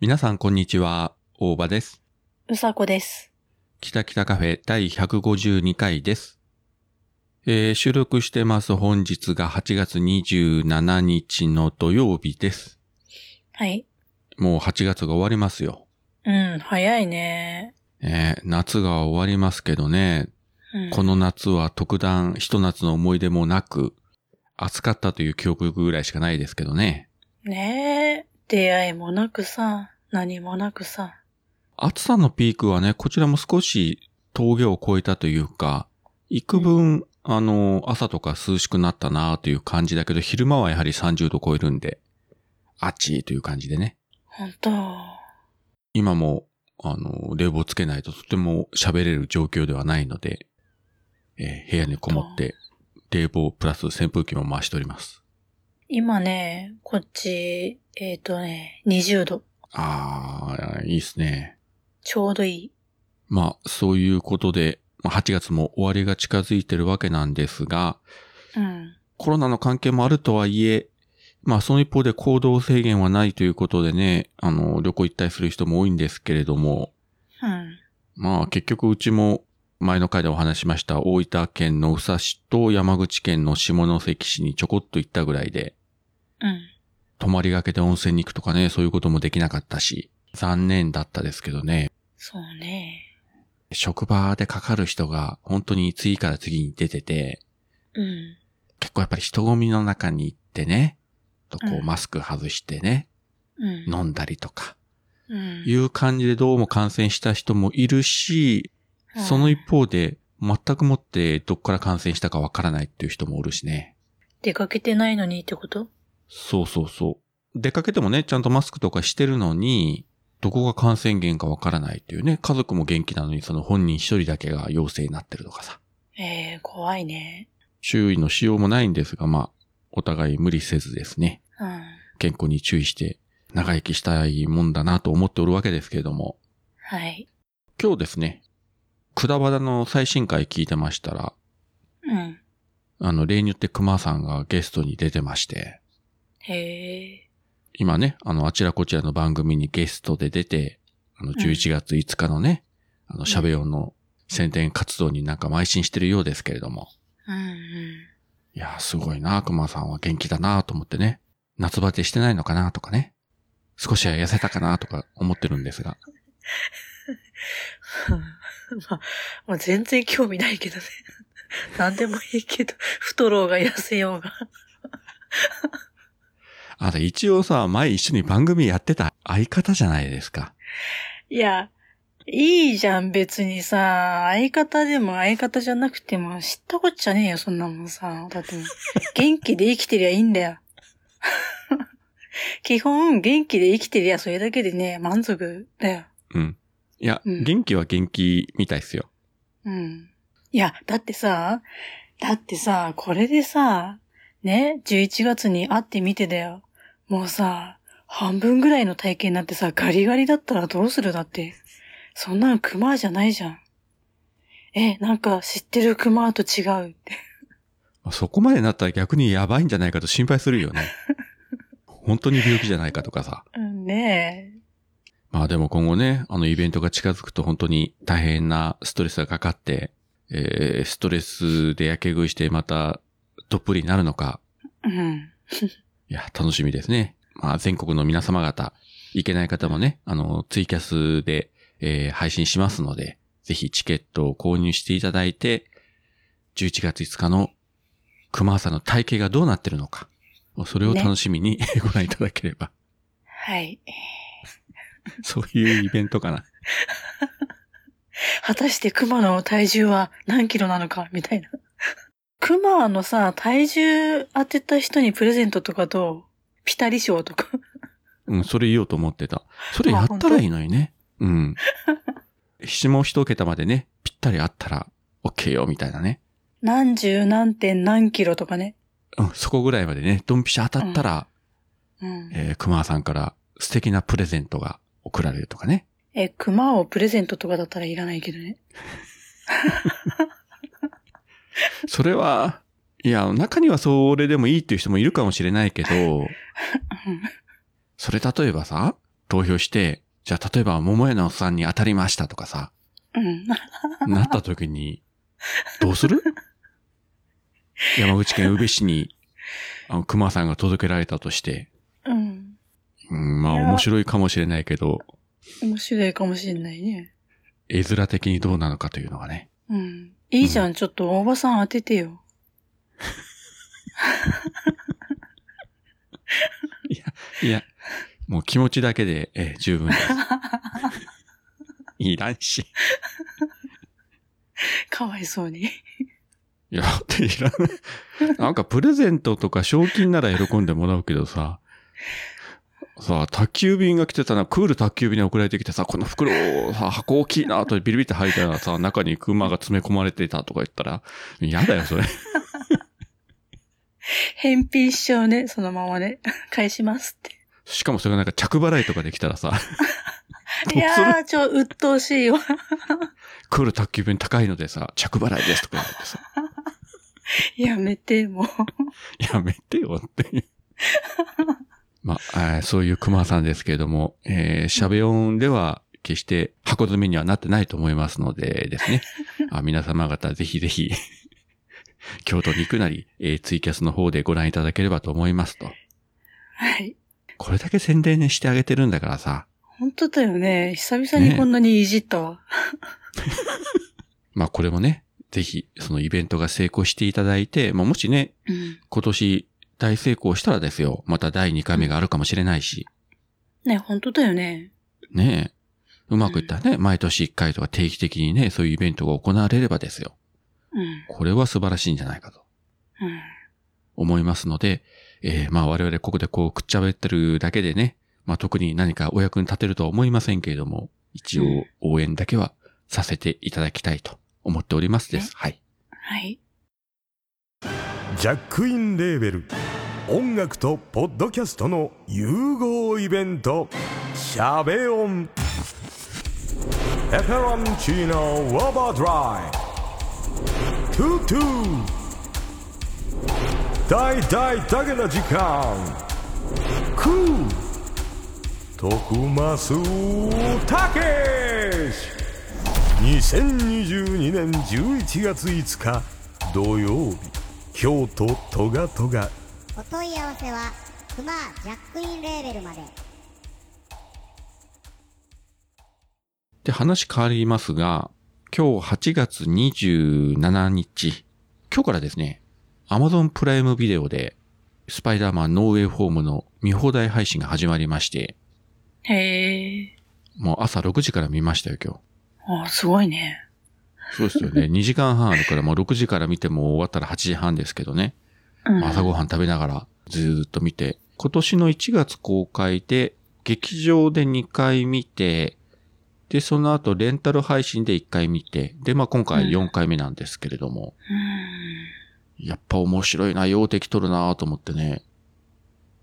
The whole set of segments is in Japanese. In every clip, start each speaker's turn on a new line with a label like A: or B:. A: 皆さん、こんにちは。大場です。
B: うさこです。
A: 北北カフェ第152回です。えー収録してます本日が8月27日の土曜日です。
B: はい。
A: もう8月が終わりますよ。
B: うん、早いね。
A: えー夏が終わりますけどね、
B: うん、
A: この夏は特段一夏の思い出もなく、暑かったという記憶ぐらいしかないですけどね。
B: ねえ、出会いもなくさ、何もなくさ。
A: 暑さのピークはね、こちらも少し峠を越えたというか、幾分、あの、朝とか涼しくなったなという感じだけど、昼間はやはり30度超えるんで、あっちーという感じでね。
B: ほんと。
A: 今も、あの、冷房つけないととても喋れる状況ではないので、えー部屋にこもって、冷房プラス扇風機も回しております。
B: 今ね、こっち、えっ、とね、20度。
A: あー、いいですね。
B: ちょうどいい。
A: まあ、そういうことで、まあ8月も終わりが近づいてるわけなんですが、
B: うん。
A: コロナの関係もあるとはいえ、まあ、その一方で行動制限はないということでね、あの、旅行行ったりする人も多いんですけれども、
B: うん。
A: まあ、結局うちも前の回でお話ししました大分県の宇佐市と山口県の下関市にちょこっと行ったぐらいで、
B: うん。
A: 泊まりがけで温泉に行くとかね、そういうこともできなかったし、残念だったですけどね。
B: そうね。
A: 職場でかかる人が本当に次から次に出てて、
B: うん。
A: 結構やっぱり人混みの中に行ってね、とこ
B: う
A: うんマスク外してね、
B: うん。
A: 飲んだりとか、
B: うん。
A: いう感じでどうも感染した人もいるし、
B: うん
A: その一方で全くもってどっから感染したかわからないっていう人もおるしね。
B: 出かけてないのにってこと
A: そうそうそう。出かけてもね、ちゃんとマスクとかしてるのに、どこが感染源かわからないっていうね、家族も元気なのにその本人一人だけが陽性になってるとかさ。
B: ええ怖いね。
A: 注意のしようもないんですが、まあ、お互い無理せずですね、
B: うん。
A: 健康に注意して長生きしたいもんだなと思っておるわけですけれども、
B: はい。
A: 今日ですね、くだばだの最新回聞いてましたら、
B: うん。
A: あの、例によって熊さんがゲストに出てまして、
B: へえ。
A: 今ね、あの、あちらこちらの番組にゲストで出て、あの、
B: ん
A: 11月5日のね、あの、喋用の宣伝活動になんか邁進してるようですけれども、
B: うんうん。
A: いやー、すごいな、熊さんは元気だなと思ってね。夏バテしてないのかなとかね。少しは痩せたかなとか思ってるんですが。
B: まあ、 まあ、全然興味ないけどね。 何でもいいけど、 太ろうが痩せようが。
A: あなた一応さ、前一緒に番組やってた相方じゃないですか。
B: いや、いいじゃん、別にさ。相方でも相方じゃなくても、知ったこっちゃねえよ、そんなもんさ。だってもう、元気で生きてりゃいいんだよ。 基本、元気で生きてりゃ、それだけでね、満足だよ。
A: うん。いや、
B: うん
A: 元気は元気みたいっすよ。
B: うん。いや、だってさ、だってさ、これでさ、ね、11月に会ってみてだよ。もうさ、半分ぐらいの体型になってさ、ガリガリだったらどうするだって。そんなのクマじゃないじゃん。え、なんか知ってるクマと違うって。
A: そこまでなったら逆にやばいんじゃないかと心配するよね。 本当に病気じゃないかとかさ。
B: うんねえ。
A: まあでも今後ね、あのイベントが近づくと本当に大変なストレスがかかって、えー、ストレスでやけ食いしてまたどっぷりになるのか、
B: うん。
A: いや、楽しみですね。まあ全国の皆様方、行けない方もね、あの、ツイキャスで、えー配信しますので、ぜひチケットを購入していただいて、11月5日の熊さんの体型がどうなってるのか、それを楽しみに ご覧いただければ、
B: はい。
A: そういうイベントかな。
B: 果たしてクマの体重は何キロなのか、みたいな。クマのさ、体重当てた人にプレゼントとかと、ピタリ賞とか。
A: うん、それ言おうと思ってた。それやったらいいのにね。うん。下一桁までね、ぴったりあったら、OK よ、みたいなね。
B: 何十何点何キロとかね。
A: うん、そこぐらいまでね、ドンピシャ当たったら、
B: うん。
A: えー、熊さんから素敵なプレゼントが送られるとかね。
B: え、熊をプレゼントとかだったらいらないけどね。
A: それは、いや、中にはそれでもいいっていう人もいるかもしれないけど、それ例えばさ、投票して、じゃあ例えば桃屋のおっさんに当たりましたとかさ、
B: うん。
A: なった時に、どうする山口県宇部市に、あの、熊さんが届けられたとして、
B: うん。
A: うん、まあ
B: いや
A: 面白いかもしれないけど、
B: 面白いかもしれないね。
A: 絵面的にどうなのかというのがね。
B: うん。いいじゃん、ちょっと大場さん当ててよ。
A: いや、もう気持ちだけで、ええ十分です。 いらんし。
B: かわいそうに。
A: いや、だっていらない。なんかプレゼントとか賞金なら喜んでもらうけどさ、さあ、宅急便が来てたな、クール宅急便に送られてきてさ、この袋をさ、箱大きいなとビリビリって入ったらさ、中に熊が詰め込まれてたとか言ったら、嫌だよ、それ。
B: 返品しちゃうね、 そのままで。返します って。
A: しかもそれがなんか着払いとかできたらさ、
B: いやー、ちょ、鬱陶しいわ。
A: クール宅急便高いのでさ、着払いですとか言われてさ、
B: やめて、もう。
A: やめてよっていう。まあ、えーそういう熊さんですけれども、えー、シャベオンでは決して箱詰めにはなってないと思いますのでですね。あ皆様方ぜひぜひ、京都に行くなり、えーツイキャスの方でご覧いただければと思いますと。
B: はい。
A: これだけ宣伝してあげてるんだからさ、
B: 本当だよね。久々にこんなにいじったわ。
A: まあこれもね、ぜひそのイベントが成功していただいて、まあもしね、
B: うん。
A: 今年大成功したらですよ、また第2回目があるかもしれないし、
B: ね、本当だよね。
A: ねえ。うまくいったらね、毎年1回とか定期的にね、そういうイベントが行われればですよ。
B: うん。
A: これは素晴らしいんじゃないかと
B: うん。
A: 思いますので、えー、まあ我々ここでこうくっちゃべってるだけでね、まあ特に何かお役に立てるとは思いませんけれども、一応
B: うん
A: 応援だけはさせていただきたいと思っておりますです。はい。
B: はい。
C: ジャックインレーベル音楽とポッドキャストの融合イベント「シャベオン」「エフェロンチーノウォーバードライ」「トゥトゥ」「大大だけな時間」「クー」「徳マスたけし」2022年11月5日土曜日京都トガトガ
D: お問い合わせはクマジャックインレーベルまで
A: で、話変わりますが、今日8月27日、今日からですね、Amazon プライムビデオで、スパイダーマンノーウェイホームの見放題配信が始まりまして、
B: へえ。
A: もう朝6時から見ましたよ、今日。
B: あー、すごいね。
A: そうですよね。2時間半あるから、もう6時から見ても終わったら8時半ですけどね。
B: うん。
A: 朝ごはん食べながらずーっと見て、今年の1月公開で、劇場で2回見て、で、その後レンタル配信で1回見て、で、まあ今回4回目なんですけれども、
B: うん。
A: やっぱ面白いな、ようできとるなと思ってね。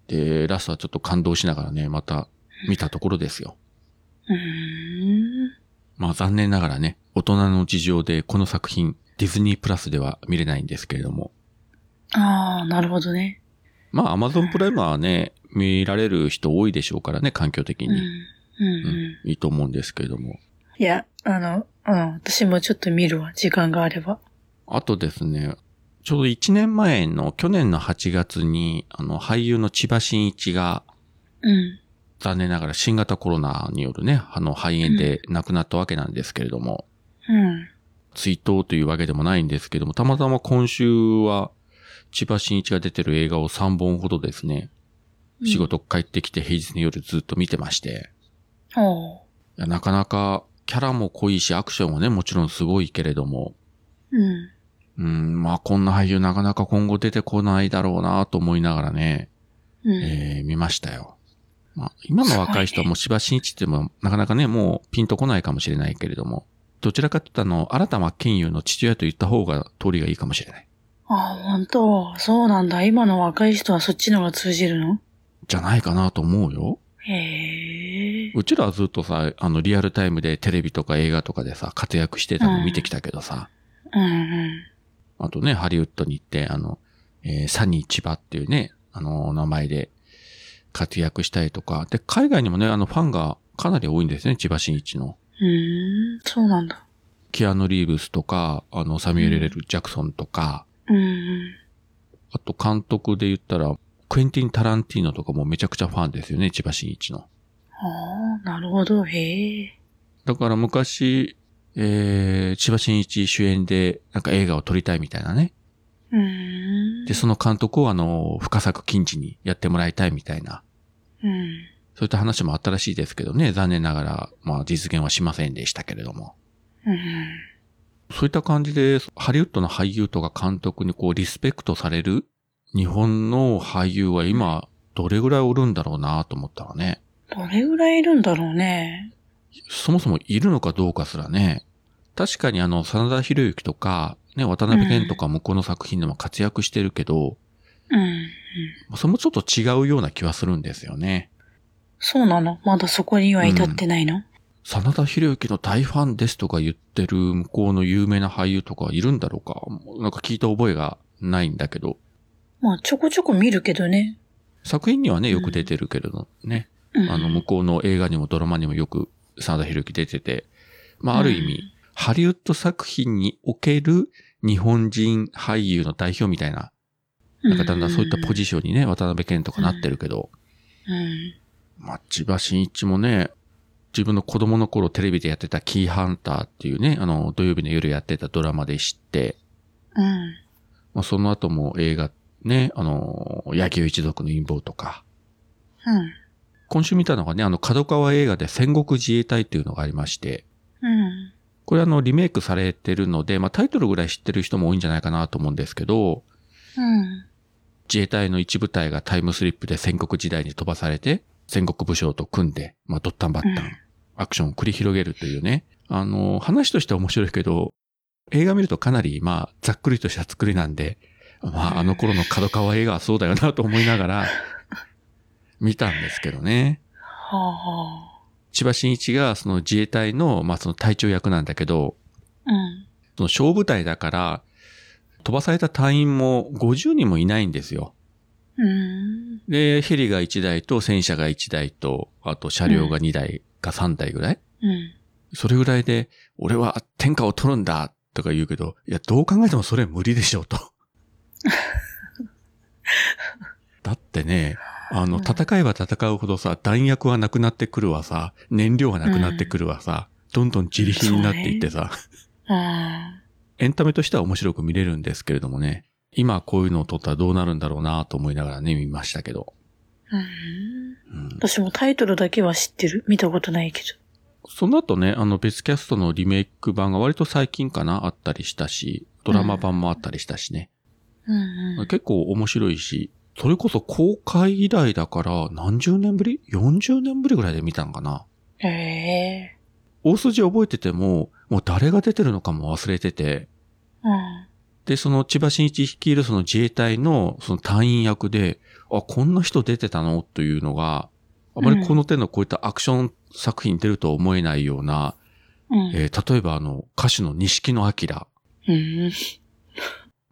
A: で、ラストはちょっと感動しながらね、また見たところですよ。
B: うーん。
A: まあ残念ながらね、大人の事情でこの作品、ディズニープラスでは見れないんですけれども、
B: ああ、なるほどね。
A: まあ、アマゾンプライムはね、見られる人多いでしょうからね、環境的
B: うん。う
A: に。
B: ん。うん。
A: いいと思うんですけれども。
B: いや、あの、うん、私もちょっと見るわ、時間があれば。
A: あとですね、ちょうど1年前の、去年の8月に、あの、俳優の千葉真一が、
B: うん。
A: 残念ながら新型コロナによるね、あの、肺炎で亡くなったわけなんですけれども、
B: うん。
A: 追悼というわけでもないんですけども、たまたま今週は、千葉真一が出てる映画を3本ほどですね、仕事帰ってきて平日の夜ずっと見てまして、
B: おう。
A: いやなかなかキャラも濃いし、アクションもね、もちろんすごいけれども、
B: うん。
A: うん、まあこんな俳優なかなか今後出てこないだろうなと思いながらね、
B: うん。
A: えー見ましたよ。まあ、今の若い人はもう芝真一ってもなかなかね、もうピンとこないかもしれないけれども、どちらかって言ったらあの、新田真剣佑の父親と言った方が通りがいいかもしれない。
B: ああ、本当そうなんだ。今の若い人はそっちのが通じるの
A: じゃないかなと思うよ。
B: へえ。
A: うちらはずっとさ、あの、リアルタイムでテレビとか映画とかでさ、活躍してたの見てきたけどさ、
B: うんうん。
A: あとね、ハリウッドに行って、あの、えーサニー千葉っていうね、あの、名前で、活躍したりとか、で、海外にもね、あの、ファンがかなり多いんですね、千葉真一の。
B: うーん、そうなんだ。
A: キアヌ・リーブスとか、あの、サミュエル・レル・ジャクソンとか、
B: うんうん。
A: あと監督で言ったら、クエンティン・タランティーノとかもめちゃくちゃファンですよね、千葉真一の。
B: ああ、なるほど。へえ。
A: だから昔、えー、千葉真一主演で、なんか映画を撮りたいみたいなね。
B: うーん。
A: で、その監督をあの、深作金次にやってもらいたいみたいな、
B: うん。
A: そういった話もあったらしいですけどね、残念ながら、まあ実現はしませんでしたけれども。
B: うん。
A: そういった感じで、ハリウッドの俳優とか監督にこうリスペクトされる日本の俳優は今、どれぐらいおるんだろうなと思ったらね、
B: どれぐらいいるんだろうね。
A: そもそもいるのかどうかすらね、確かにあの、真田広之とか、ね、渡辺謙とかもこの作品でも活躍してるけど、
B: うん。
A: それもちょっと違うような気はするんですよね。
B: そうなのまだそこには至ってないの、
A: 真田広之の大ファンですとか言ってる向こうの有名な俳優とかいるんだろうかもうなんか聞いた覚えがないんだけど、
B: まあ、ちょこちょこ見るけどね。
A: 作品にはね、よく出てるけれどね、
B: うん。
A: あの、向こうの映画にもドラマにもよく真田広之出てて、まあ、ある意味、
B: うん
A: ハリウッド作品における日本人俳優の代表みたいな、なんかだんだんそういったポジションにね、渡辺謙とかなってるけど、
B: うん。
A: まあ、千葉真一もね、自分の子供の頃テレビでやってたキーハンターっていうね、あの、土曜日の夜やってたドラマで知って、
B: うん。
A: まあ、その後も映画、ね、あの、野球一族の陰謀とか、
B: うん。
A: 今週見たのがね、あの、角川映画で戦国自衛隊っていうのがありまして、
B: うん。
A: これあの、リメイクされてるので、まあ、タイトルぐらい知ってる人も多いんじゃないかなと思うんですけど、
B: うん。
A: 自衛隊の一部隊がタイムスリップで戦国時代に飛ばされて、戦国武将と組んで、まあ、ドッタンバッタ
B: う
A: ン
B: ん、
A: アクションを繰り広げるというね、あの、話としては面白いけど、映画見るとかなり、まあ、ざっくりとした作りなんで、まあ、あの頃の角川映画はそうだよなと思いながら、見たんですけどね。
B: はあは
A: 千葉真一がその自衛隊の、まあその隊長役なんだけど、
B: あ。うん。
A: その小部隊だから、飛ばされた隊員も50人もいないんですよ。
B: うん。
A: で、ヘリが1台と戦車が1台と、あと車両が2台か3台ぐらい、
B: うん。
A: それぐらいで、俺は天下を取るんだとか言うけど、いや、どう考えてもそれ無理でしょう と。だってね、あの、
B: うん
A: 戦えば戦うほどさ、弾薬はなくなってくるわさ、燃料はなくなってくるわさ、どんどん自利品になっていってさ、
B: あ
A: エンタメとしては面白く見れるんですけれどもね、今こういうのを撮ったらどうなるんだろうなと思いながらね、見ましたけど。
B: あ。うん。
A: うん
B: 私もタイトルだけは知ってる。見たことないけど。
A: その後ね、あの別キャストのリメイク版が割と最近かなあったりしたし、ドラマ版もあったりしたしね。
B: うんうん。
A: 結構面白いし、それこそ公開以来だから何十年ぶり ?40 年ぶりぐらいで見たんかな
B: へえ。
A: 大筋覚えてても、もう誰が出てるのかも忘れてて、
B: うん。
A: で、その千葉真一率いるその自衛隊のその隊員役で、あ、こんな人出てたのというのが、あまりこの手のこういったアクション作品に出るとは思えないような、
B: うん。
A: えー例えばあの、歌手の錦野明が
B: うん。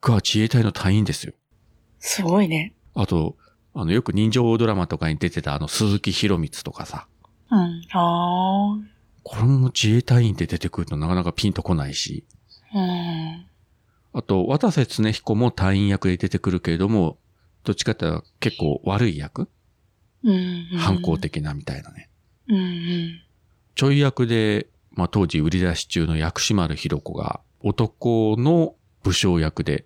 A: 自衛隊の隊員ですよ。
B: すごいね。
A: あと、あの、よく人情ドラマとかに出てたあの、鈴木博光とかさ、
B: うん。あ
A: これも自衛隊員で出てくるとなかなかピンとこないし、
B: あ。うん。
A: あと、渡瀬恒彦も隊員役で出てくるけれども、どっちかっていうと結構悪い役、
B: うん、うん。
A: 反抗。的なみたいなね。
B: うんうん。
A: ちょい役で、まあ、当時売り出し中の薬師丸ひろ子が男の武将役で、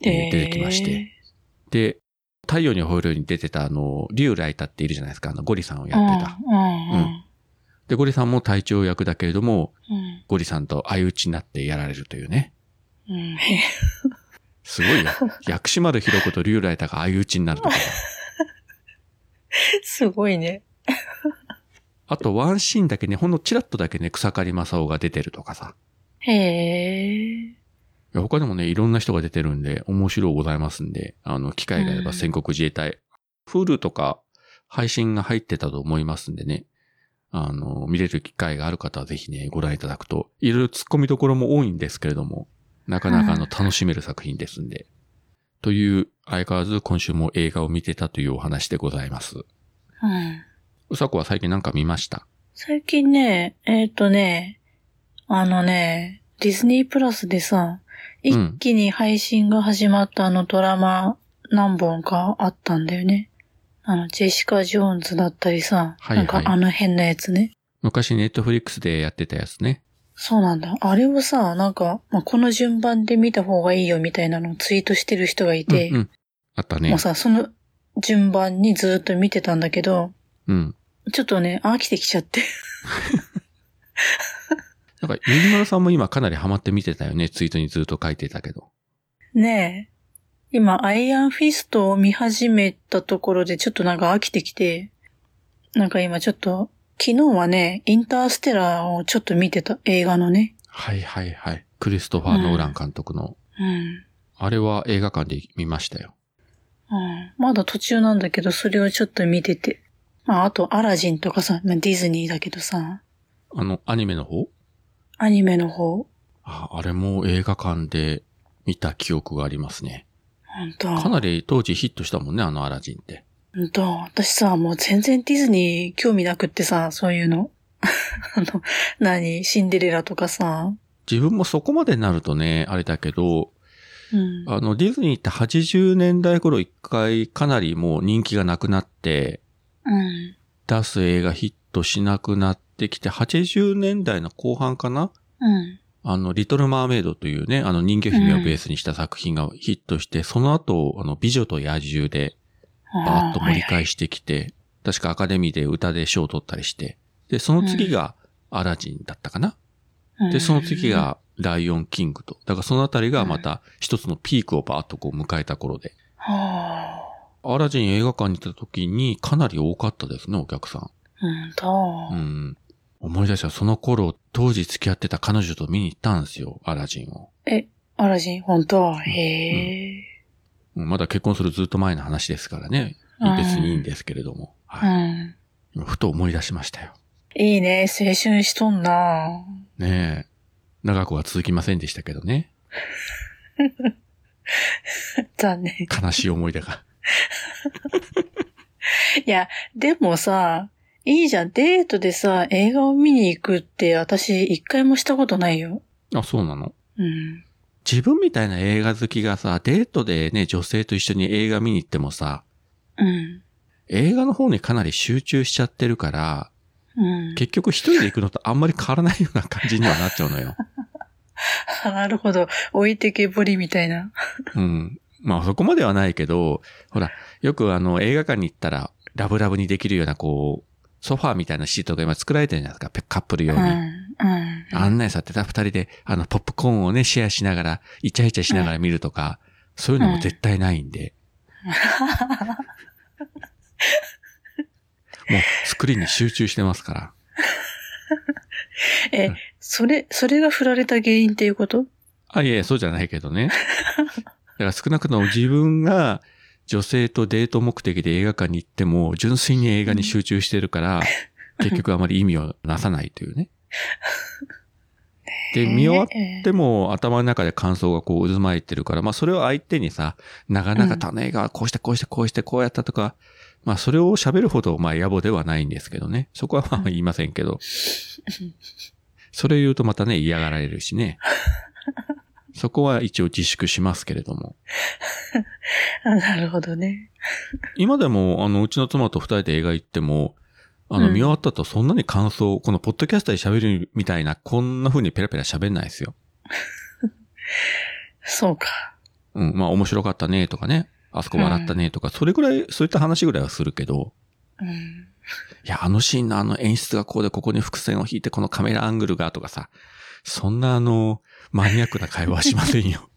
A: えー出てきまして。で、太陽にほえるように出てたあの、竜ライタっているじゃないですか、あの、ゴリさんを
B: え
A: や
B: ー。
A: ってた。
B: うんうん
A: で、ゴリさんも隊長役だけれども、
B: うん。
A: ゴリさんと相打ちになってやられるというね。
B: うん。うん。へ
A: すごいよ。薬師丸ひろ子と竜来太が相打ちになるとか。
B: え すごいね。
A: あとワンシーンだけね、ほんのチラッとだけね、草刈正雄が出てるとかさ。
B: へえ。
A: いや他でもね、いろんな人が出てるんで、面白いございますんで、あの、機会があれば戦国自衛隊、Hulu とか配信が入ってたと思いますんでね。あの、見れる機会がある方はぜひね、ご覧いただくと、いろいろ突っ込みどころも多いんですけれども、なかなかあの、
B: うん
A: 楽しめる作品ですんで。という、相変わらず今週も映画を見てたというお話でございます。
B: うん。
A: うさこは最近なんか見ました。
B: 最近ね、えっ、とね、あのね、ディズニープラスでさ、一気に配信が始まったあのドラマ何本かあったんだよね。あの、ジェシカ・ジョーンズだったりさ、
A: はいはい
B: なんかあの変なやつね。
A: 昔ネットフリックスでやってたやつね。
B: そうなんだ。あれをさ、なんか、まあ、この順番で見た方がいいよみたいなのをツイートしてる人がいて、
A: うんうん、あった
B: も
A: ね
B: う。さ、その順番にずーっと見てたんだけど、
A: うん。
B: ちょっとね、飽きてきちゃって。
A: なんか、ゆりまるさんも今かなりハマって見てたよね。ツイートにずっと書いてたけど。
B: ねえ。今、アイアンフィストを見始めたところで、ちょっとなんか飽きてきて、なんか今ちょっと、昨日はね、インターステラーをちょっと見てた、映画のね。
A: はいはいはい。クリストファー・ノーラン監督の、
B: うん。
A: あれは映画館で見ましたよ。
B: うん、まだ途中なんだけど、それをちょっと見てて。まあ、あと、アラジンとかさ、まあディズニーだけどさ、
A: あの、アニメの方
B: アニメの方、
A: ああれも映画館で見た記憶がありますね。
B: ほん
A: か
B: と、
A: なり当時ヒットしたもんね、あのアラジンって。
B: ほんと、私さ、もう全然ディズニー興味なくってさ、そういうの。 あの、何、シンデレラとかさ、
A: 自分もそこまでになるとね、あれだけど、
B: うん。
A: あの、ディズニーって80年代頃一回かなりもう人気がなくなって、
B: うん。
A: 出す映画ヒットしなくなってきて、80年代の後半かな
B: うん。
A: あの、リトル・マーメイドというね、あの人魚姫をベースにした作品がヒットして、その後、あの、美女と野獣でバーッと盛り返してきて、確かアカデミーで歌で賞を取ったりして、で、その次がアラジンだったかな、で、その次。がライオン・キングと。だからそのあたりがまた一つのピークをバーッとこう迎えた頃で、
B: は
A: アラジン映画館に行った時にかなり多かったですね、お客さん。
B: あ。うんと
A: う。ん。思い出した。その頃、当時付き合ってた彼女と見に行ったんですよ、アラジンを。
B: え、アラジン、本当へえ。
A: うんまだ結婚するずっと前の話ですからね。
B: うん
A: 別にいいんですけれども。
B: う
A: はい
B: ん。
A: 今ふと思い出しましたよ。
B: いいね、青春しとんな。
A: ねえ。長くは続きませんでしたけどね。
B: 残念。
A: 悲しい思い出が。
B: いや、でもさ、いいじゃん。デートでさ、映画を見に行くって私一回もしたことないよ。
A: あ、そうなの
B: うん。
A: 自分みたいな映画好きがさ、デートでね、女性と一緒に映画見に行ってもさ、
B: うん。
A: 映画の方にかなり集中しちゃってるから、
B: うん。
A: 結局一人で行くのとあんまり変わらないような感じにはなっちゃうのよ。
B: なるほど。置いてけぼりみたいな。
A: うん。まあそこまではないけど、ほら、よくあの映画館に行ったらラブラブにできるようなこう、ソファーみたいなシートが今作られてるじゃないですか、ペカップル
B: う
A: 用
B: ん。
A: に。
B: うん。
A: 案内されてた二人で、あの、ポップコーンをね、シェアしながら、イチャイチャしながら見るとか、そういうのも絶対ないんで。もう、スクリーンに集中してますから。
B: え
A: うん、
B: それ、それが振られた原因っていうこと
A: あ、いやいや、そうじゃないけどね。だから少なくとも自分が女性とデート目的で映画館に行っても、純粋に映画に集中してるから、結局あまり意味をなさないというね。で、見終わっ
B: えー
A: でも頭の中で感想がこう渦巻いてるから、まあそれを相手にさ、なかなか他の映画はこうしてこうしてこうしてこうやったとか、まあそれを喋るほどまあ野暮ではないんですけどね。そこはまあ言いませんけど。それを言うとまたね嫌がられるしね。そこは一応自粛しますけれども。
B: あなるほどね。
A: 今でもあのうちの妻と二人で映画行っても、あの
B: うん
A: 見終わったとそんなに感想、このポッドキャスターで喋るみたいな、こんな風にペラペラ喋んないですよ。
B: そうか。
A: うん、まあ面白かったねとかね、あそこ笑ったねとか、それぐらい、そういった話ぐらいはするけど、
B: うん。
A: いや、あのシーンのあの演出がこうで、ここに伏線を引いて、このカメラアングルがとかさ、そんなあの、マニアックな会話はしませんよ。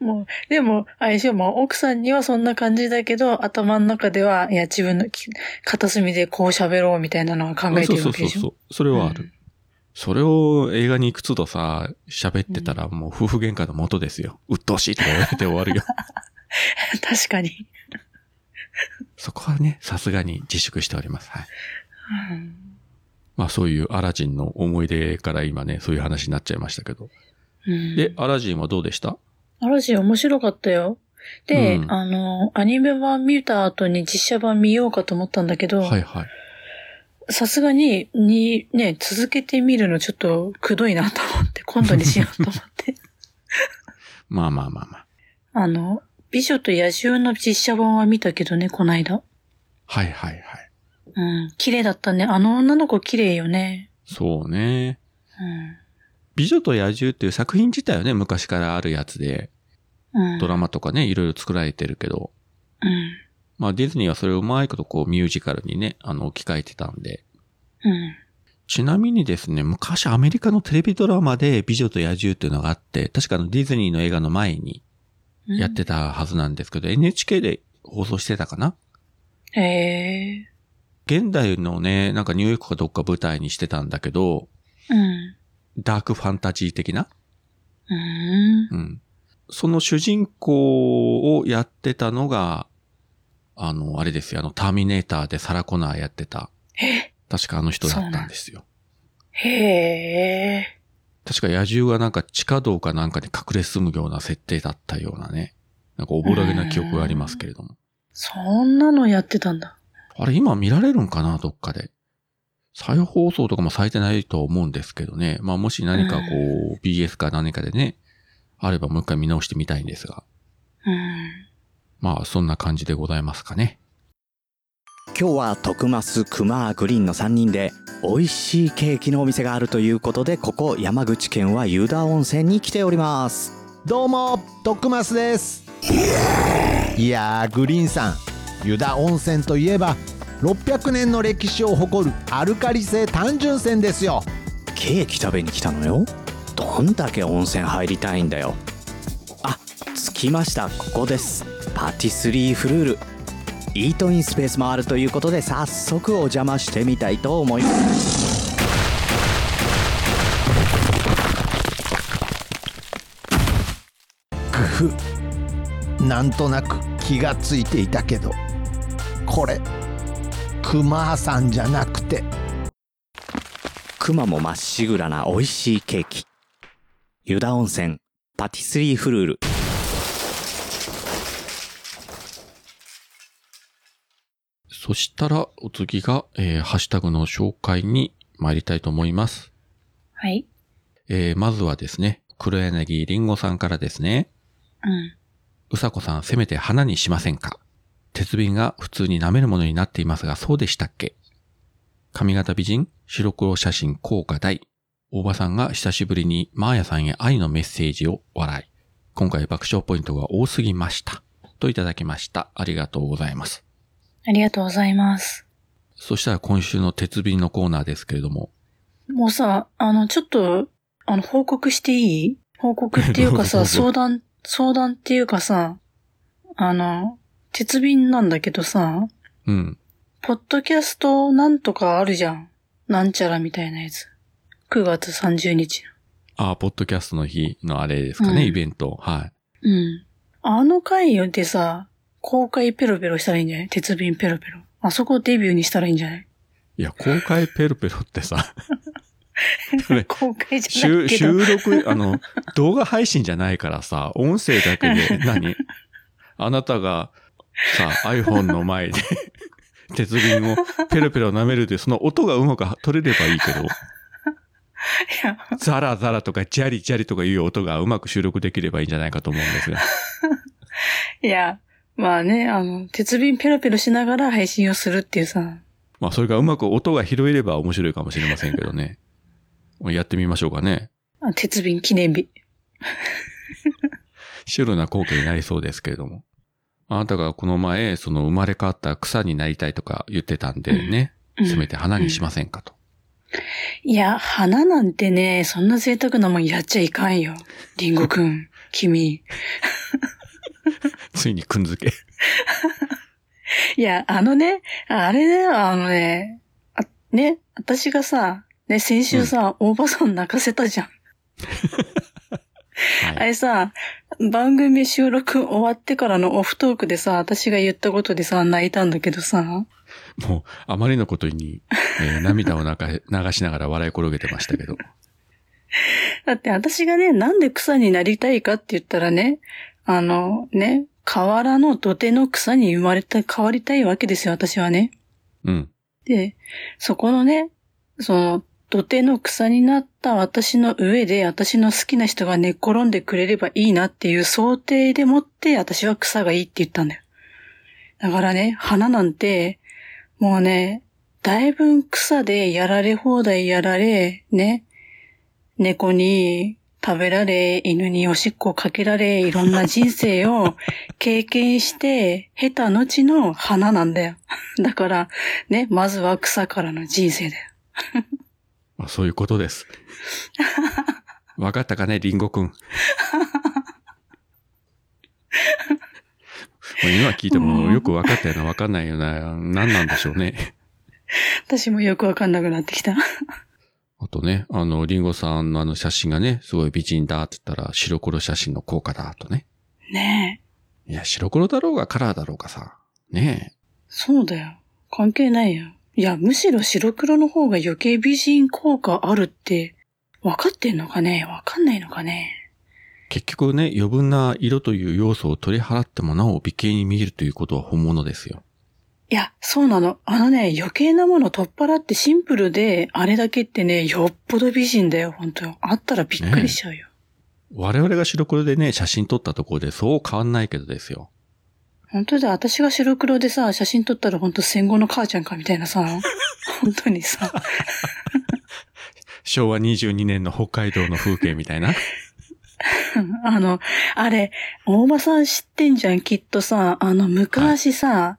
B: もう、でも、あれでしょ、まあ、奥さんにはそんな感じだけど、頭の中では、いや、自分のき片隅でこう喋ろうみたいなのは 考え
A: そ
B: て
A: う
B: る
A: そ
B: わ
A: う
B: け
A: そう
B: でしょ。
A: そう。それはある。
B: うん
A: それを映画に行くつとさ、喋ってたらもう夫婦喧嘩の元ですよ。鬱陶しいとか言われて終わ るよ。
B: 確かに。
A: そこはね、さすがに自粛しております。はい。
B: うん
A: まあそういうアラジンの思い出から今ね、そういう話になっちゃいましたけど。
B: うん。
A: で、アラジンはどうでした
B: 嵐面白かったよ。で、
A: うん
B: あの、アニメ版見た後に実写版見ようかと思ったんだけど、
A: はいはい。
B: さすがに、に、ね、続けてみるのちょっとくどいなと思って、今度にしようと思って。
A: まあまあまあまあ。
B: あの、美女と野獣の実写版は見たけどね、こないだ。
A: はいはいはい。
B: うん、綺麗だったね。あの女の子綺麗よね。
A: そうね。
B: うん。
A: 美女と野獣っていう作品自体はね、昔からあるやつで、
B: うん。
A: ドラマとかね、いろいろ作られてるけど、
B: うん。
A: まあディズニーはそれをうまいことこうミュージカルにね、あの、置き換えてたんで。
B: うん。
A: ちなみにですね、昔アメリカのテレビドラマで美女と野獣っていうのがあって、確かあのディズニーの映画の前に
B: うん
A: やってたはずなんですけど、NHK で放送してたかな
B: へえ。
A: 現代のね、なんかニューヨークかどっか舞台にしてたんだけど、
B: うん。
A: ダークファンタジー的な
B: うん。
A: うん。その主人公をやってたのが、あの、あれですよ、あの、ターミネーターでサラコナーやってた、
B: え
A: 確かあの人だったんですよ。
B: へえ。
A: 確か野獣がなんか地下道かなんかに隠れ住むような設定だったようなね。なんかおぼろげな記憶がありますけれども。
B: そんなのやってたんだ。
A: あれ今見られるんかなどっかで。再放送とかもされてないと思うんですけどね。まあもし何かこう、BS か何かでね、あればもう一回見直してみたいんですが。
B: うん。
A: まあそんな感じでございますかね。
E: 今日は徳増熊グリーンの3人で美味しいケーキのお店があるということでここ山口県は湯田温泉に来ております
F: どうもトクマスですいやーグリーンさん湯田温泉といえば600年の歴史を誇るアルカリ性単純泉ですよ
E: ケーキ食べに来たのよどんだけ温泉入りたいんだよあ着きましたここですパティスリーフルールイートインスペースもあるということで早速お邪魔してみたいと思います
F: くふなんとなく気がついていたけどこれクマさんじゃなくて
E: 熊もまっしぐらな美味しいケーキ湯田温泉パティスリーフルール
A: そしたらお次が、えーハッシュタグの紹介に参りたいと思います。
B: はい。
A: えーまずはですね、黒柳りんごさんからですね。
B: うん。
A: うさこさん、せめて花にしませんか鉄瓶が普通に舐めるものになっていますが、そうでしたっけ髪型美人、白黒写真効果大。大場さんが久しぶりにマーヤさんへ愛のメッセージを笑い。今回爆笑ポイントが多すぎました。といただきました。ありがとうございます。
B: ありがとうございます。
A: そしたら今週の鉄瓶のコーナーですけれども。
B: もうさ、あの、ちょっと、あの、報告していい報告っていうか
A: ど
B: さ、
A: うぞど
B: 相談、相談っていうかさ、あの、鉄瓶なんだけどさ、
A: うん。
B: ポッドキャストなんとかあるじゃん。なんちゃらみたいなやつ。9月30日
A: ああ、ポッドキャストの日のあれですかね、
B: うん
A: イベント。はい。
B: の。うん。あの回でさ、公開ペロペロしたらいいんじゃない鉄瓶ペロペロ。あそこをデビューにしたらいいんじゃない
A: いや、公開ペロペロって さ、それ
B: 公開じゃな
A: 収
B: いけど。
A: 収録、あの、動画配信じゃないからさ、音声だけ で、何あなたがさ、iPhone の前 で、鉄瓶をペロペロ舐めるで、その音がうまく取れればいいけど、
B: いや
A: ザラザラとかジャリジャリとかいう音がうまく収録できればいいんじゃないかと思うんですが。
B: いや、まあね、あの、鉄瓶ペロペロしながら配信をするっていうさ、
A: まあ、それがうまく音が拾えれば面白いかもしれませんけど ね。やってみましょうかね。
B: あ鉄瓶記念日。
A: シュールな光景になりそうですけれども。あなたがこの前、その生まれ変わった草になりたいとか言ってたんでね、
B: うん
A: せめて花にしませんかと。
B: いや、花なんてね、そんな贅沢なもんやっちゃいかんよ。リンゴくん、君。
A: ついにくんづけ。
B: いや、あのね、あれだよ、あのね、あ、ね、私がさ、ね、先週さ、大場さん泣かせたじゃん。あ
A: はい。
B: れさ、番組収録終わってからのオフトークでさ、私が言ったことでさ、泣いたんだけどさ、
A: もう、あまりのことに、えー涙をなか流しながら笑い転げてましたけど。
B: だって私がね、なんで草になりたいかって言ったらね、あの、ね、河原の土手の草に生まれた、変わりたいわけですよ、私はね。
A: うん。
B: で、そこのね、その、土手の草になった私の上で、私の好きな人が寝っ転んでくれればいいなっていう想定でもって、私は草がいいって言ったんだよ。だからね、花なんて、もうね、だいぶん草でやられ放題やられ、ね、猫に食べられ、犬におしっこをかけられ、いろんな人生を経験して、経た後の花なんだよ。だから、ね、まずは草からの人生だよ。
A: まあ、そういうことです。わかったかね、リンゴ くん。もう今聞いてもよくわかったような、わかんないような、何なんでしょうね。
B: 私もよくわかんなくなってきた。
A: あとね、あの、リンゴさんのあの写真がね、すごい美人だって言ったら、白黒写真の効果だとね。
B: ねえ。
A: いや、白黒だろうがカラーだろうがさ、ねえ。
B: そうだよ。関係ないよ。いや、むしろ白黒の方が余計美人効果あるって、わかってんのかねわかんないのかね
A: 結局ね、余分な色という要素を取り払ってもなお美形に見えるということは本物ですよ。
B: いや、そうなの。あのね、余計なもの取っ払ってシンプルで、あれだけってね、よっぽど美人だよ、本当あったらびっくりしちゃうよ。
A: 我々が白黒でね、写真撮ったところでそう変わんないけどですよ。
B: 本当だよ、私が白黒でさ、写真撮ったら本当戦後の母ちゃんかみたいなさ、 本当にさ、
A: 昭和22年の北海道の風景みたいな。
B: あの、あれ、大場さん知ってんじゃん、きっとさ、あの、昔さ、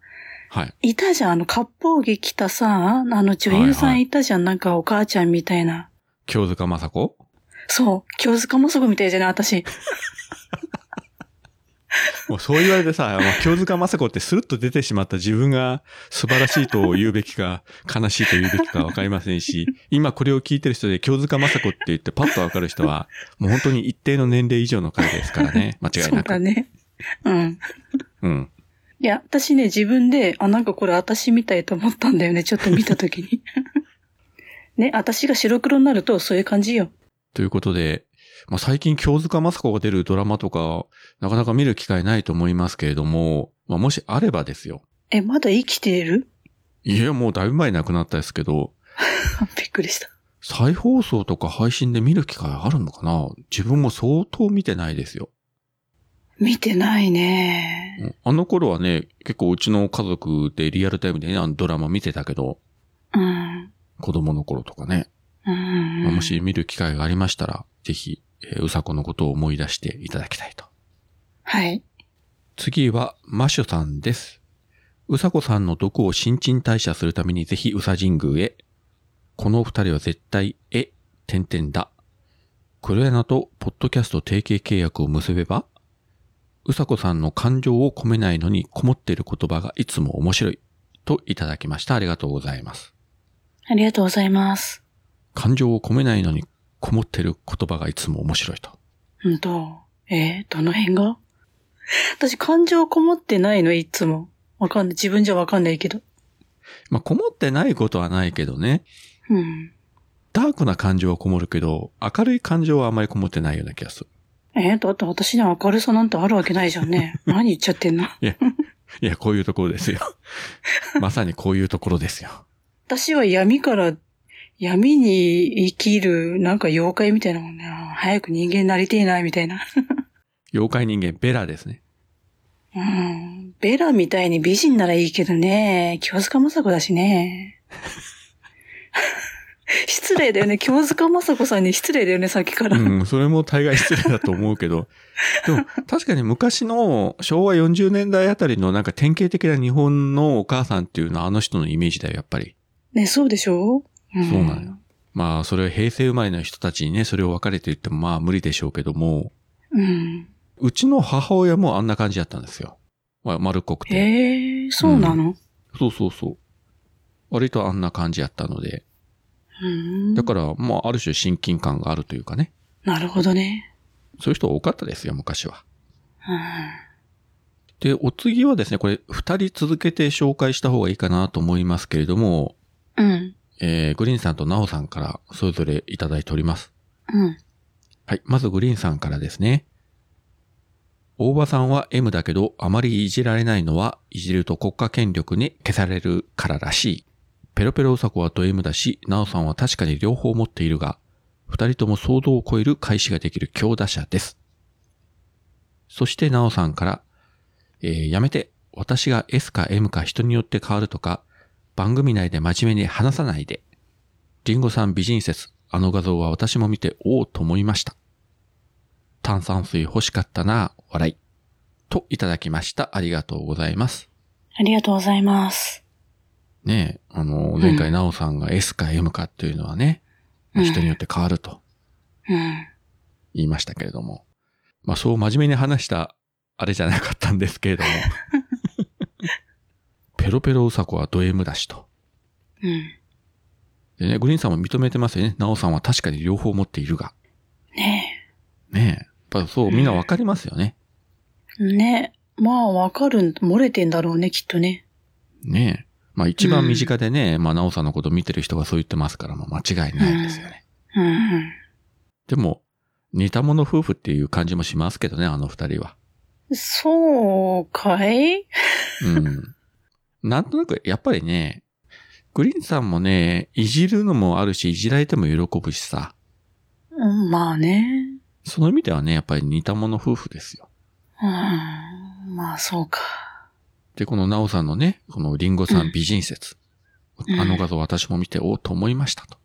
A: はい。
B: い、たじゃん、あの、割烹着着たさ、あの、女優さ
A: はいは
B: ん
A: い
B: いたじゃん、なんかお母ちゃんみたいな。
A: 京塚雅子
B: そう、京塚もそこみたいじゃな い、私。
A: もうそう言われてさ、もう 京塚雅子ってスルッと出てしまった自分が素晴らしいと言うべきか、悲しいと言うべきかわかりませんし、今これを聞いてる人で京塚雅子って言ってパッとわかる人は、もう本当に一定の年齢以上の方ですから ね。間違い
B: そう
A: なく。
B: だね。うん。
A: うん。
B: いや、私ね、自分で、あ、なんかこれ私みたいと思ったんだよね、ちょっと見たとき に。ね、私が白黒になると、そういう感じよ。
A: ということで、まあ、最近京塚雅子が出るドラマとか、なかなか見る機会ないと思いますけれども、まあ、もしあればですよ。
B: え、まだ生きている
A: いや、もうだいぶ前に亡くなったですけど、
B: びっくりした。
A: 再放送とか配信で見る機会あるのかな自分も相当見てないですよ。
B: 見てないね。
A: うんあの頃はね、結構うちの家族でリアルタイムでね、あのドラマ見てたけど、
B: うん。
A: 子供の頃とかね、
B: うん。
A: まあもし見る機会がありましたら、ぜひ、えーうさこのことを思い出していただきたいと。
B: はい。
A: 次は、マシュさんです。うさこさんの毒を新陳代謝するためにぜひうさ神宮へ。このお二人は絶対、え、点々だ。黒柳とポッドキャスト提携契約を結べば、うさこさんの感情を込めないのにこもっている言葉がいつも面白い。といただきました。ありがとうございます。
B: ありがとうございます。
A: 感情を込めないのにこもっている言葉がいつも面白いと。
B: うんと、えーどの辺が私感情こもってないの、いつも。わかんない。自分じゃわかんないけど。
A: まあ、こもってないことはないけどね。
B: うん。
A: ダークな感情はこもるけど、明るい感情はあまりこもってないような気がする。
B: えーだって私には明るさなんてあるわけないじゃんね。何言っちゃってんの
A: いや、こういうところですよ。まさにこういうところですよ。
B: 私は闇から、闇に生きる、なんか妖怪みたいなもんね。あー早く人間になりてえな、みたいな。
A: 妖怪人間、ベラですね。
B: うん。ベラみたいに美人ならいいけどね。清塚雅子だしね。 失礼だよね。清塚雅子さんに失礼だよね、さっきから。
A: うん、それも大概失礼だと思うけど。でも、確かに昔の昭和40年代あたりのなんか典型的な日本のお母さんっていうのはあの人のイメージだよ、やっぱり。
B: ね、そうでしょう
A: そうなんよ。まあ、それは平成生まれの人たちにね、それを分かれて言ってもまあ無理でしょうけども、
B: うん。
A: うちの母親もあんな感じだったんですよ。ま丸っこくて。
B: ええそうなの、
A: そうそうそう。割とあんな感じやったので。
B: うん、
A: だから、まあ、ある種親近感があるというかね。
B: なるほどね。
A: そういう人多かったですよ、昔は。
B: うん
A: で、お次はですね、これ、二人続けて紹介した方がいいかなと思いますけれども、
B: うん。
A: えー、グリーンさんとナオさんから、それぞれいただいております。
B: うん。
A: はい。まずグリーンさんからですね。大場さんは M だけど、あまりいじられないのは、いじると国家権力に消されるかららしい。ペロペロうさこはド M だし、なおさんは確かに両方持っているが、二人とも想像を超える返しができる強打者です。そしてなおさんから、えーやめて、私が S か M か人によって変わるとか、番組内で真面目に話さないで。リンゴさん美人説、あの画像は私も見て、おおと思いました。炭酸水欲しかったな、笑い。といただきました。ありがとうございます。
B: ありがとうございます。
A: ねえ、あの、前回なおさんが S か M かっていうのはね、
B: うん
A: 人によって変わると
B: うん。
A: 言いましたけれども。まあそう真面目に話したあれじゃなかったんですけれど も。ペロペロうさこはド M だしと。
B: うん。
A: でね、グリーンさんも認めてますよね。なおさんは確かに両方持っているが。
B: ね
A: ねえ。やっぱそう、みんなわかりますよね。
B: え。ねえ。まあ、わかるん、漏れてんだろうね、きっとね。
A: ねえ。まあ一番身近でね、まあなおさんのこと見てる人がそう言ってますから、まあ間違いないですよね。
B: うんうん。
A: でも、似た者夫婦っていう感じもしますけどね、あの二人は。
B: そうかい
A: うん。 なんとなく、やっぱりね、グリーンさんもね、いじるのもあるし、いじられても喜ぶしさ。
B: うんまあね。
A: その意味ではね、やっぱり似た者夫婦ですよ。
B: うん。まあそうか。
A: で、このナオさんのね、このリンゴさ
B: うん
A: ん美人説。
B: うん
A: あの画像私も見て、おうと思いましたと。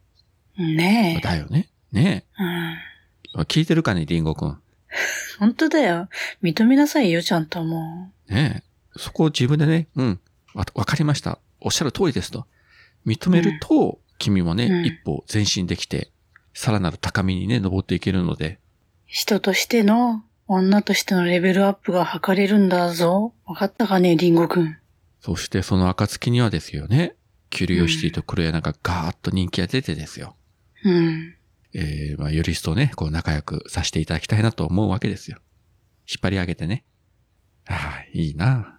B: ねえ。
A: だよね。ね
B: うん。
A: え。聞いてるかね、リンゴくん。
B: 本当だよ。認めなさいよ、ちゃんとも
A: ねえ。そこを自分でね、うん、わ、わかりました。おっしゃる通りですと。認めると、君もね、
B: うん
A: 一歩前進できて、さらなる高みにね、登っていけるので、
B: う。人としての、女としてのレベルアップが図れるんだぞ。わかったかね、リンゴくん。
A: そしてその暁にはですよね、キュリオシティと黒柳がガーッと人気が出てですよ。
B: うん。
A: えー、まあ、より一層ね、こう仲良くさせていただきたいなと思うわけですよ。引っ張り上げてね。ああ、いいな。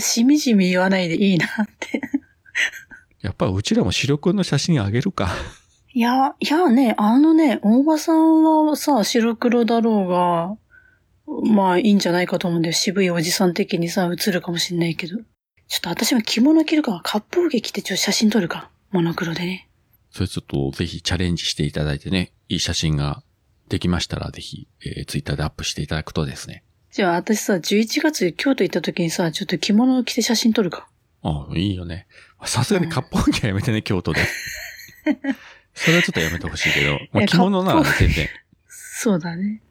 B: しみじみ言わないでいいなって。
A: やっぱうちらも視力の写真あげるか。
B: いや、いやね、あのね、大場さんはさ、白黒だろうが、まあいいんじゃないかと思うんだよ。渋いおじさん的にさ、映るかもしんないけど。ちょっと私も着物着るか、割烹着着てちょっと写真撮るか。モノクロでね。
A: それちょっとぜひチャレンジしていただいてね、いい写真ができましたらぜひ、えー、ツイッターでアップしていただくとですね。
B: じゃあ私さ、11月京都行った時にさ、ちょっと着物着て写真撮るか。
A: ああ、いいよね。さすがに割烹着はやめてね、京都 で。それはちょっとやめてほしい けど、まあ、
B: え
A: 着物ならね
B: 割烹
A: 全然、
B: そうだね。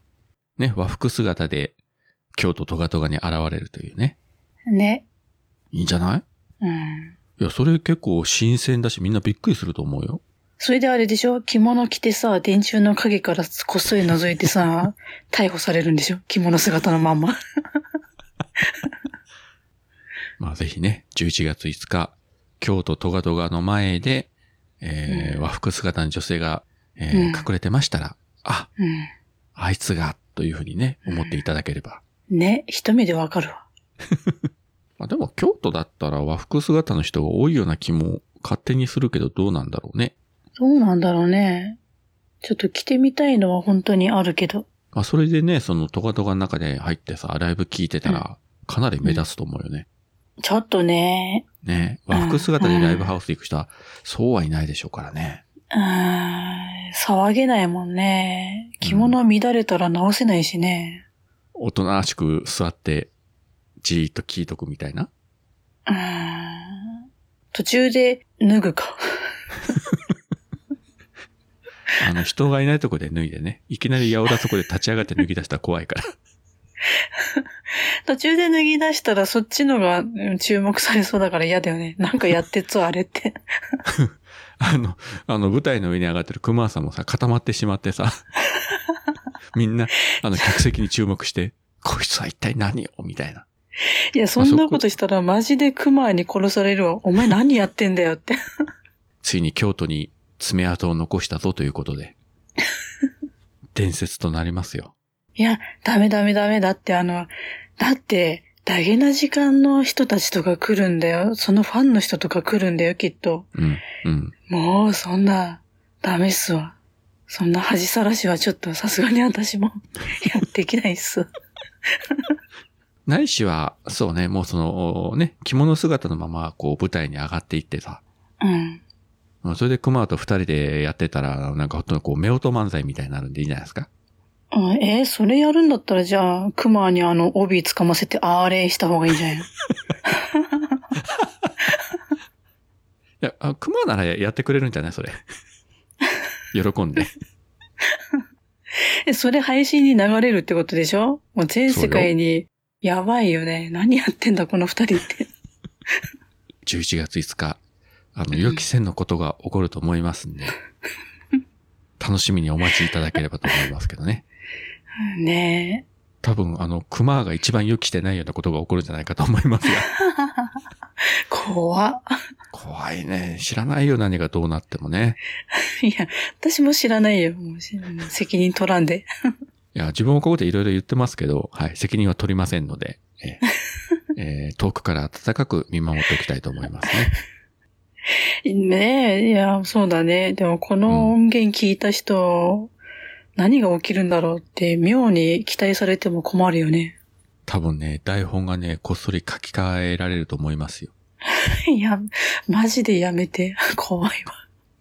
A: ね、和服姿で京都トガトガに現れるというね。
B: ね。
A: いいんじゃない
B: うん。
A: いや、それ結構新鮮だしみんなびっくりすると思うよ。
B: それであれでしょ着物着てさ、電柱の影からこっそり覗いて さ、逮捕されるんでしょ着物姿のまんま。
A: まあぜひね、11月5日、京都トガトガの前で、えー
B: うん
A: 和服姿の女性が、えー
B: うん
A: 隠れてましたら、あ、
B: うん。
A: あいつが、というふうにね、思っていただければ。
B: ね、一目でわかるわ。
A: まあでも、京都だったら和服姿の人が多いような気も勝手にするけど、どうなんだろうね。
B: どうなんだろうね。ちょっと着てみたいのは本当にあるけど。
A: まあ、それでね、そのトカトカの中で入ってさ、ライブ聞いてたら、かなり目立つと思うよね。
B: ちょっとね、
A: ね和服姿でライブハウス行く人は、そうはいないでしょうからね。
B: うーん、騒げないもんね。着物乱れたら直せないしね。
A: おとなしく座って、じーっと聞いとくみたいな。
B: うーん、途中で脱ぐか。
A: あの、人がいないとこで脱いでね。いきなり八百らそこで立ち上がって脱ぎ出したら怖いから。
B: 途中で脱ぎ出したらそっちのがうん注目されそうだから嫌だよね。なんかやってっぞ、あれって。
A: あの、あの、舞台の上に上がってる熊さんもさ、固まってしまってさ、 みんな、あの、客席に注目して、 こいつは一体何をみたいな。
B: いや、そんなことしたらマジでクマに殺されるわ。お前何やってんだよって。
A: ついに京都に爪痕を残したぞということで。 伝説となりますよ。
B: いや、ダメダメダメだって、あの、だって、ダゲな時間の人たちとか来るんだよ。そのファンの人とか来るんだよ、きっと。
A: うん、うん。
B: もう、そんな、ダメっす わ。そんな恥さらしはちょっと、さすがに私も、いや、できないっす。
A: ないしは、そうね、もうその、ね、着物姿のまま、こう、舞台に上がっていってさ、
B: うん。
A: うんそれで熊と二人でやってたら、なんかほとんどこう、夫婦漫才みたいになるんでいいんじゃないですか。
B: あえーそれやるんだったらじゃあ、クマにあの、帯掴ませて、あれした方がいいんじゃないの
A: いや、あ熊ならやってくれるんじゃないそれ。 喜んで。
B: え、それ配信に流れるってことでしょもう全世界に、やばいよね。何やってんだ、この二人って。
A: 11月5日、あの、予期せぬことが起こると思いますんで、楽しみにお待ちいただければと思いますけどね。
B: ねえ。
A: 多分、あの、熊が一番予期してないようなことが起こるんじゃないかと思いますが。
B: 怖っ。
A: 怖いね。知らないよ、何がどうなってもね。
B: いや、私も知らないよ。もうしもう責任取らんで。
A: いや、自分もここでいろいろ言ってますけど、はい、責任は取りませんので、えーえー遠くから温かく見守っておきたいと思いますね。
B: ねえ、いや、そうだね。でもこの音源聞いた人、何が起きるんだろうって妙に期待されても困るよね。
A: 多分ね、台本がね、こっそり書き換えられると思いますよ。
B: いや、マジでやめて。怖いわ。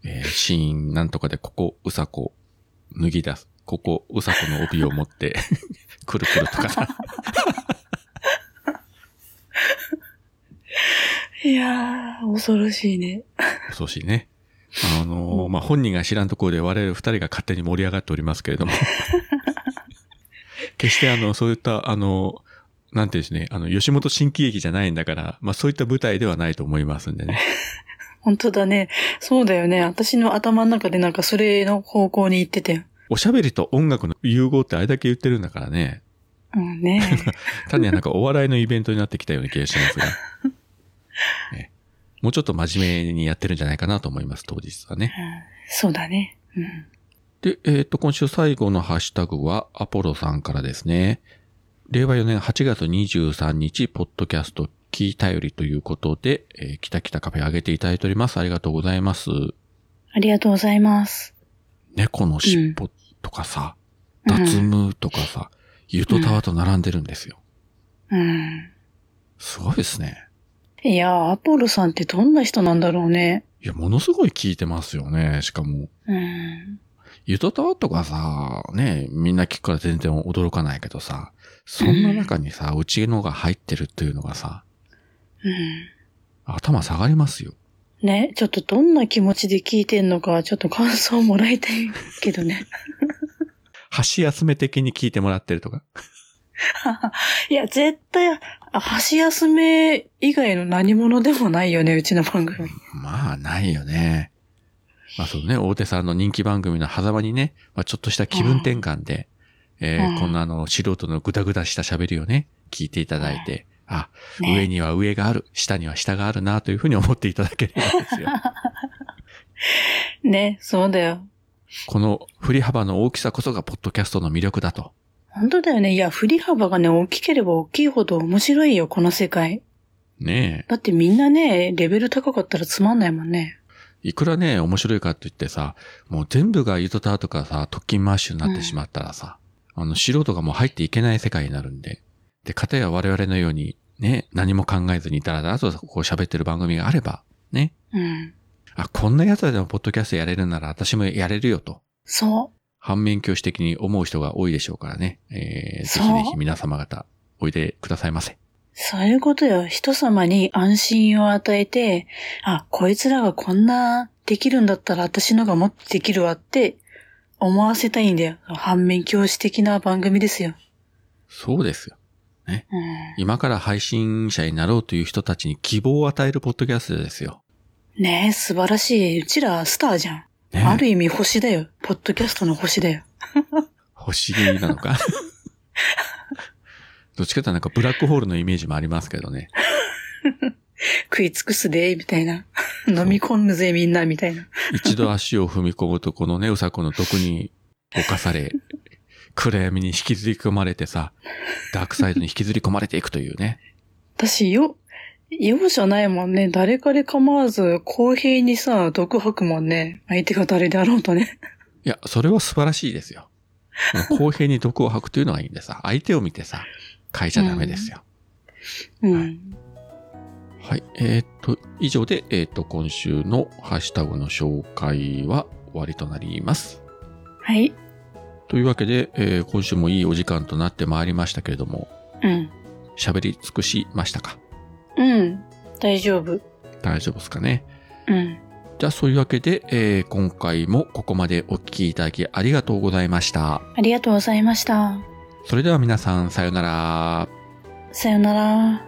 A: えーシーンなんとかでここ、うさこ、脱ぎ出す。ここ、うさこの帯を持って、 くるくるとかな。
B: いやー、恐ろしいね。
A: 恐ろしいね。あのーまあ、本人が知らんところで我々二人が勝手に盛り上がっておりますけれども。決してあの、そういった、あの、なんていうんですね、あの、吉本新喜劇じゃないんだから、まあ、そういった舞台ではないと思いますんでね。
B: 本当だね。そうだよね。私の頭の中でなんかそれの方向に行ってて。
A: おしゃべりと音楽の融合ってあれだけ言ってるんだからね。
B: うんね。
A: 単にはなんかお笑いのイベントになってきたような気がしますが。ねもうちょっと真面目にやってるんじゃないかなと思います、当日はね。
B: そうだね。うん。
A: で、えっ、と、今週最後のハッシュタグは、アポロさんからですね。令和4年8月23日、ポッドキャスト、キー頼りということで、えー、きたきたカフェ上げていただいております。ありがとうございます。
B: ありがとうございます。
A: 猫の尻尾とかさ、
B: うん
A: 脱毛とかさ、ゆとたわと並んでるんですよ。
B: うん。
A: すごいですね。
B: いやー、アポロさんってどんな人なんだろうね。
A: いや、ものすごい聞いてますよね。しかも、
B: うん。
A: ゆとたわとかさ、ね、みんな聞くから全然驚かないけどさ、そんな中にさ、うちのが入ってるっていうのがさ、
B: うん。
A: 頭下がりますよ。
B: ね、ちょっとどんな気持ちで聞いてんのか、ちょっと感想もらいたいけどね。
A: 箸休め的に聞いてもらってるとか。
B: いや、絶対、あ箸休め以外の何者でもないよね、うちの番組。
A: まあ、ないよね。まあ、そのね、大手さんの人気番組の狭間にね、まあ、ちょっとした気分転換で、えー
B: うん
A: こんなあの、素人のぐだぐだした喋りをね、聞いていただいて、あ、
B: ね
A: 上には上がある、下には下があるな、というふうに思っていただければ ですよ。
B: ね、そうだよ。
A: この振り幅の大きさこそが、ポッドキャストの魅力だと。
B: 本当だよね。いや、振り幅がね、大きければ大きいほど面白いよ、この世界。
A: ねえ。
B: だってみんなね、レベル高かったらつまんないもんね。
A: いくらね、面白いかって言ってさ、もう全部がゆとたわとかさ、特勤マッシュになってしまったらさ、あの、素人がもう入っていけない世界になるんで。で、かたや我々のように、ね、何も考えずにだらだらとこう喋ってる番組があれば、ね、
B: うん。
A: あ、こんな奴らでもポッドキャストやれるなら私もやれるよと、
B: そ
A: 反面教師的に思う人が多いでしょうからね、えー、ぜひ
B: そう
A: ぜひ皆様方、おいでくださいませ。
B: う。そういうことよ。人様に安心を与えて、あ、こいつらがこんなできるんだったら私のがもっとできるわって思わせたいんだよ。反面教師的な番組ですよ。
A: そうですよ。
B: うん。
A: 今から配信者になろうという人たちに希望を与えるポッドキャストですよ。
B: ねえ、素晴らしい。うちらスターじゃん。
A: ね
B: ある意味星だよ。ポッドキャストの星だよ。
A: 星なのか どっちかというとなんかブラックホールのイメージもありますけどね。
B: 食い尽くすで、みたいな。 飲み込むぜ、みんな、みたいな。
A: 一度足を踏み込むとこのね、うさこの毒に侵され、暗闇に引きずり込まれてさ、ダークサイドに引きずり込まれていくというね。
B: 私、よ、容赦ないもんね。誰かで構わず、公平にさ、毒吐くもんね。相手が誰であろうとね。
A: いや、それは素晴らしいですよ。もう公平に毒を吐くというのがいいんでさ、相手を見てさ、変えちゃダメですよ。
B: うん。
A: ははい。えーっと、以上で、えーっと、今週のハッシュタグの紹介は終わりとなります。
B: はい。
A: というわけで、えー今週もいいお時間となってまいりましたけれども、
B: うん。
A: 喋り尽くしましたか
B: うん。大丈夫。
A: 大丈夫ですかね
B: うん。
A: じゃあ、そういうわけで、えー今回もここまでお聞きいただきありがとうございました。
B: ありがとうございました。
A: それでは皆さん、さようなら。
B: さよなら。